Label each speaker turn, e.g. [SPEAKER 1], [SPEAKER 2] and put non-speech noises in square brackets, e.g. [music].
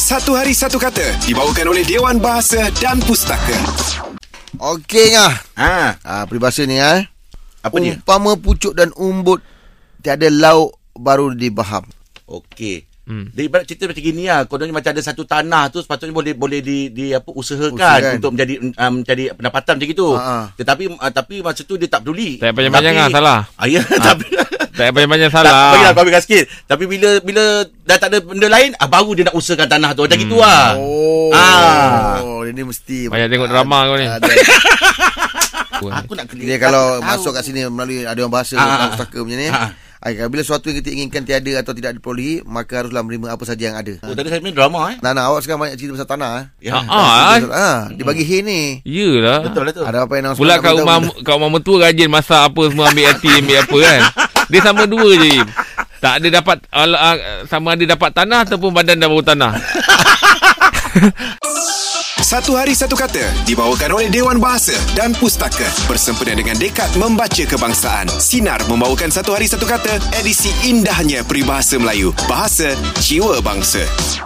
[SPEAKER 1] Satu Hari Satu Kata dibawakan oleh Dewan Bahasa dan Pustaka.
[SPEAKER 2] Okeynya.
[SPEAKER 3] Ha,
[SPEAKER 2] Ah, peribahasa ni eh.
[SPEAKER 3] apa dia?
[SPEAKER 2] Umpama pucuk dan umbut tiada lauk baru dibaham.
[SPEAKER 3] Okey. Hmm. Dia ibarat cerita macam gini lah. Kononnya macam ada satu tanah tu sepatutnya boleh boleh di, di apa
[SPEAKER 2] Usahakan.
[SPEAKER 3] usahakan Usahakan. untuk menjadi um, menjadi pendapatan macam gitu.
[SPEAKER 2] Ha, ha.
[SPEAKER 3] Tetapi uh, tapi masa tu dia tak peduli.
[SPEAKER 4] Tak payah banyak-banyak lah, salah.
[SPEAKER 3] Ah, ya, tapi
[SPEAKER 4] Tak payah banyak
[SPEAKER 3] [laughs] tak bagi lah
[SPEAKER 4] salah.
[SPEAKER 3] bagi sikit. Tapi bila bila dah tak ada benda lain, ah, baru dia nak usahakan tanah tu. Macam hmm. gitu lah.
[SPEAKER 2] Oh.
[SPEAKER 3] Ah.
[SPEAKER 2] Oh, dia ni mesti.
[SPEAKER 4] Banyak tengok drama kau ni.
[SPEAKER 2] Ah, dia-
[SPEAKER 3] Aku nak kena
[SPEAKER 2] Dia kalau masuk kat sini melalui ada orang bahasa
[SPEAKER 3] Ah, ah,
[SPEAKER 2] tentang
[SPEAKER 3] ah.
[SPEAKER 2] pustaka punya ni.
[SPEAKER 3] Ah, ah.
[SPEAKER 2] Ay, kalau bila sesuatu yang kita inginkan tiada atau tidak diperolehi, maka haruslah menerima apa saja yang ada.
[SPEAKER 3] Oh, tadi saya main drama eh.
[SPEAKER 2] Nah, nah, awak sekarang banyak cerita pasal tanah. eh.
[SPEAKER 3] Ya.
[SPEAKER 4] Ah, ah,
[SPEAKER 2] Betul, Ah, dia bagi hay ni.
[SPEAKER 4] Yelah.
[SPEAKER 3] Betul lah tu.
[SPEAKER 2] Ada apa yang nak
[SPEAKER 4] Pula kat rumah kat rumah mertua rajin masak apa semua ambil hati ambil apa kan. Dia sama dua je. Im. Tak ada dapat al- ah, sama ada dapat tanah ataupun badan dah baru tanah.
[SPEAKER 1] Satu Hari Satu Kata dibawakan oleh Dewan Bahasa dan Pustaka bersempena dengan Dekat Membaca Kebangsaan. Sinar membawakan Satu Hari Satu Kata edisi indahnya peribahasa Melayu, bahasa jiwa bangsa.